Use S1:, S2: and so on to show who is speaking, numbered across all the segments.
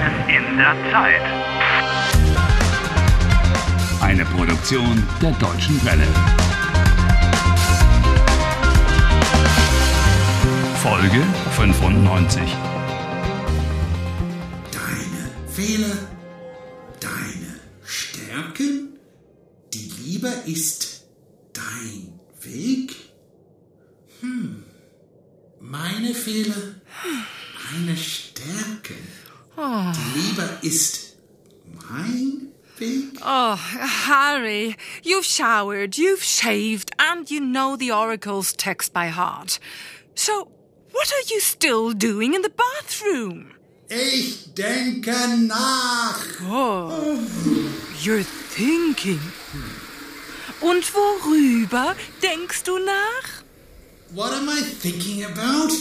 S1: der Zeit.
S2: Eine Produktion der Deutschen Welle. Folge 95.
S3: Deine Fehler, deine Stärken, die Liebe ist dein Weg. Hm, meine Fehler, meine Stärken, die Liebe ist mein Weg.
S4: Oh, Harry, you've showered, you've shaved, and you know the Oracle's text by heart. So, what are you still doing in the bathroom?
S3: Ich denke nach.
S4: Oh, You're thinking. Und worüber denkst du nach?
S3: What am I thinking about?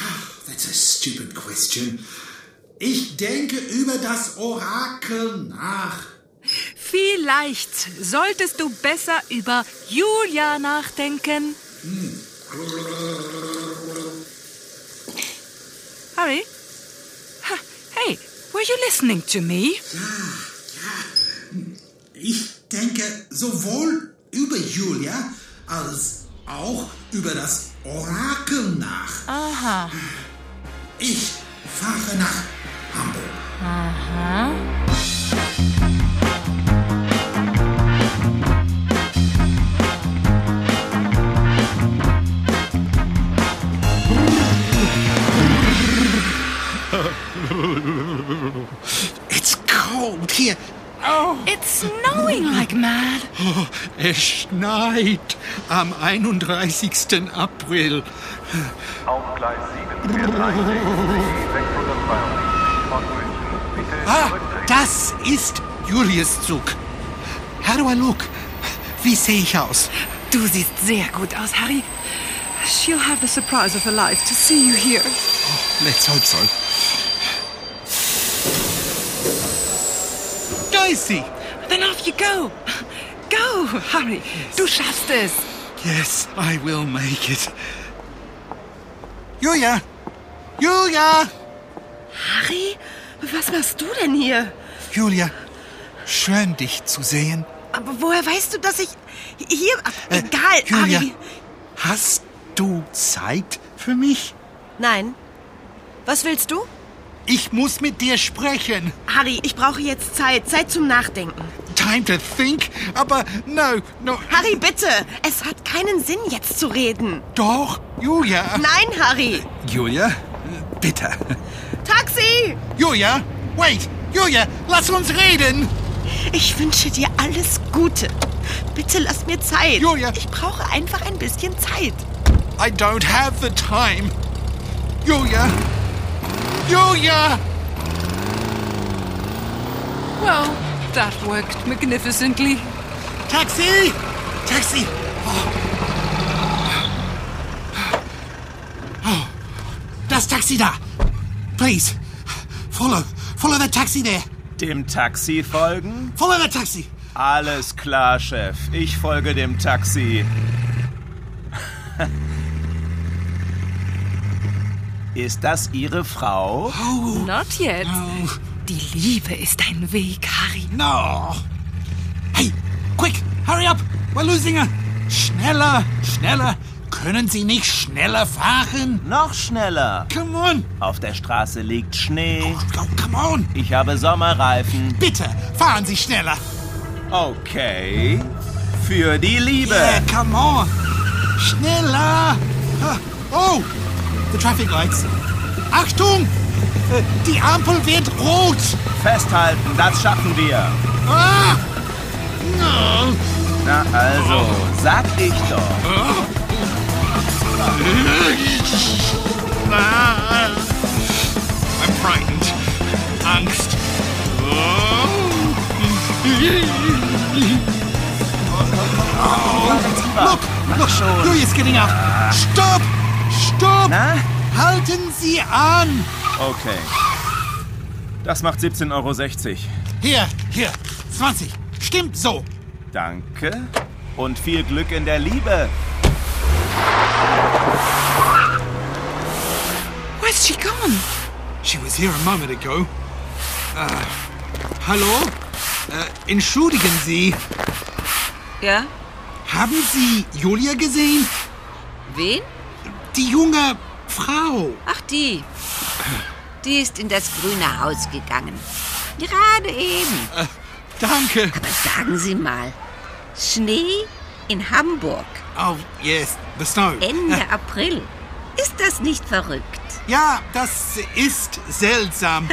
S3: Ah, That's a stupid question. Ich denke über das Orakel nach.
S4: Vielleicht solltest du besser über Julia nachdenken. Harry? Ha, Hey, were you listening to me?
S3: Ich denke sowohl über Julia als auch über das Orakel nach.
S4: Aha.
S3: Ich fahre nach Hamburg.
S5: It's cold here.
S4: It's snowing like mad.
S5: Oh, Es schneit am 31. April.
S1: Auf Gleis 7 fährt ein DB 672 von München. Bitte
S5: Ah,
S1: zurückdrehen.
S5: das ist Julius Zug. How do I look? Wie sehe ich aus?
S4: Du siehst sehr gut aus, Harry. She'll have the surprise of her life to see you here.
S5: Let's hope so. Da ist sie.
S4: Then off you go. Go, Harry. Du schaffst es.
S5: Yes, I will make it. Julia! Julia!
S6: Harry, was machst du denn hier?
S5: Julia, schön dich zu sehen.
S6: Aber woher weißt du, dass ich hier... Ach,
S5: Äh,
S6: egal,
S5: Julia,
S6: Harry.
S5: hast du Zeit für mich?
S6: Nein. Was willst du?
S5: Ich muss mit dir sprechen.
S6: Harry, ich brauche jetzt Zeit. Zeit zum Nachdenken.
S5: Time to think, aber no, no.
S6: Harry, bitte. Es hat keinen Sinn, jetzt zu reden.
S5: Doch, Julia.
S6: Nein, Harry.
S5: Julia, bitte.
S6: Taxi!
S5: Julia, wait. Julia, lass uns reden.
S6: Ich wünsche dir alles Gute. Bitte lass mir Zeit.
S5: Julia.
S6: Ich brauche einfach ein bisschen Zeit.
S5: I don't have the time. Julia. Julia.
S4: Well, that worked magnificently.
S5: Taxi! Taxi! Oh. Das Taxi da! Please, follow, follow the taxi there.
S7: Dem Taxi folgen?
S5: Follow the taxi.
S7: Alles klar, Chef. Ich folge dem Taxi. Ist das Ihre Frau?
S4: Not yet. Die Liebe ist ein Weg, Harry.
S5: No. Hey, quick, hurry up. We're losing her. Schneller, schneller. Können Sie nicht schneller fahren?
S7: Noch schneller.
S5: Come on.
S7: Auf der Straße liegt Schnee.
S5: Oh, come on.
S7: Ich habe Sommerreifen.
S5: Bitte, fahren Sie schneller.
S7: Okay. Für die Liebe.
S5: Yeah, come on. Schneller. Ah, Oh, the traffic lights. Achtung, äh, die Ampel wird rot.
S7: Festhalten, das schaffen wir.
S5: Ah. No.
S7: Na also, sag ich doch.
S5: Ah. I'm frightened. Angst. Oh. Look, look, Julius getting out. Stopp, stopp.
S7: Na?
S5: Halten Sie an.
S7: Okay. Das macht 17,60 Euro.
S5: Hier, hier, 20. Stimmt so.
S7: Danke und viel Glück in der Liebe.
S4: Where's she gone?
S5: She was here a moment ago. Äh, Hallo? Äh, entschuldigen Sie,
S8: Ja?
S5: haben Sie Julia gesehen?
S8: Wen?
S5: Die junge Frau.
S8: Ach, die. Die ist in das grüne Haus gegangen. Gerade eben.
S5: Danke.
S8: Aber sagen Sie mal, Schnee in Hamburg,
S5: Oh, yes, the snow.
S8: Ende April. Ist das nicht verrückt?
S5: Ja, das ist seltsam.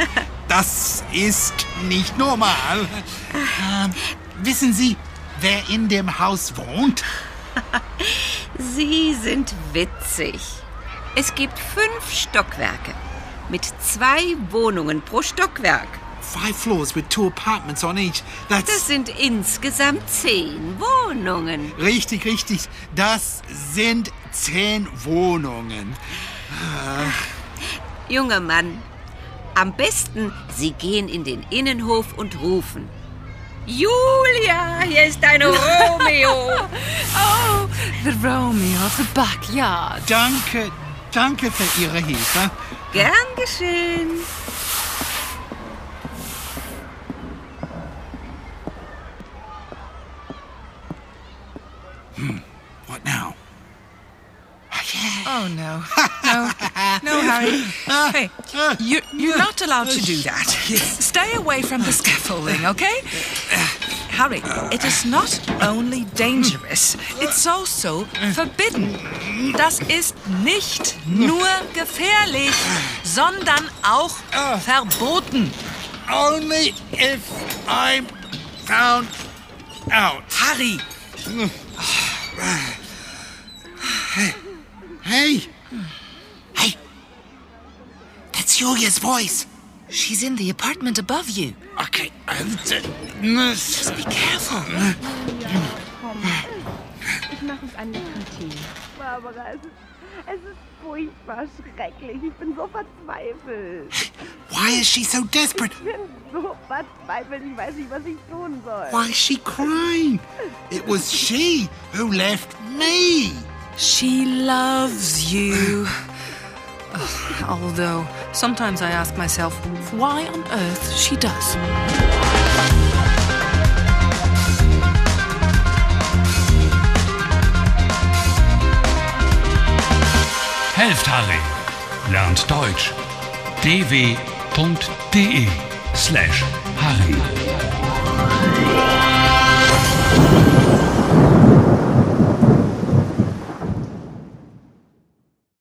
S5: Das ist nicht normal. Ähm, wissen Sie, wer in dem Haus wohnt?
S8: Sie sind witzig. Es gibt fünf Stockwerke mit zwei Wohnungen pro Stockwerk.
S5: Five floors with two apartments on each. That's
S8: Das sind insgesamt zehn Wohnungen.
S5: richtig, richtig. Das sind zehn Wohnungen.
S8: Junger Mann, am besten, Sie gehen in den Innenhof und rufen. Julia, hier ist deine Romeo.
S4: Oh, the Romeo of the backyard.
S5: Danke, danke für Ihre Hilfe.
S8: Gern geschehen.
S5: What now?
S4: Oh, no. No, no, Harry. Hey, you're, you're not allowed to do that. Stay away from the scaffolding, okay? Harry, it is not only dangerous, it's also forbidden. Das ist nicht nur gefährlich, sondern auch verboten.
S5: Only if I'm found out.
S4: Harry,
S5: Hey! Hey! That's Julia's voice!
S4: she's in the apartment above you.
S5: Okay, I'm Just be careful!
S9: Ich mache uns einen leckeren Tee. Barbara, es ist, es ist furchtbar schrecklich. Ich bin so verzweifelt.
S5: Why is she so desperate?
S9: Ich bin so verzweifelt. Ich weiß nicht, was ich tun soll.
S5: Why is she crying? It was she who left me!
S4: She loves you. Ugh, Although, sometimes I ask myself why on earth she does.
S2: Helft Harry. Lernt Deutsch. dw.de slash e Harry.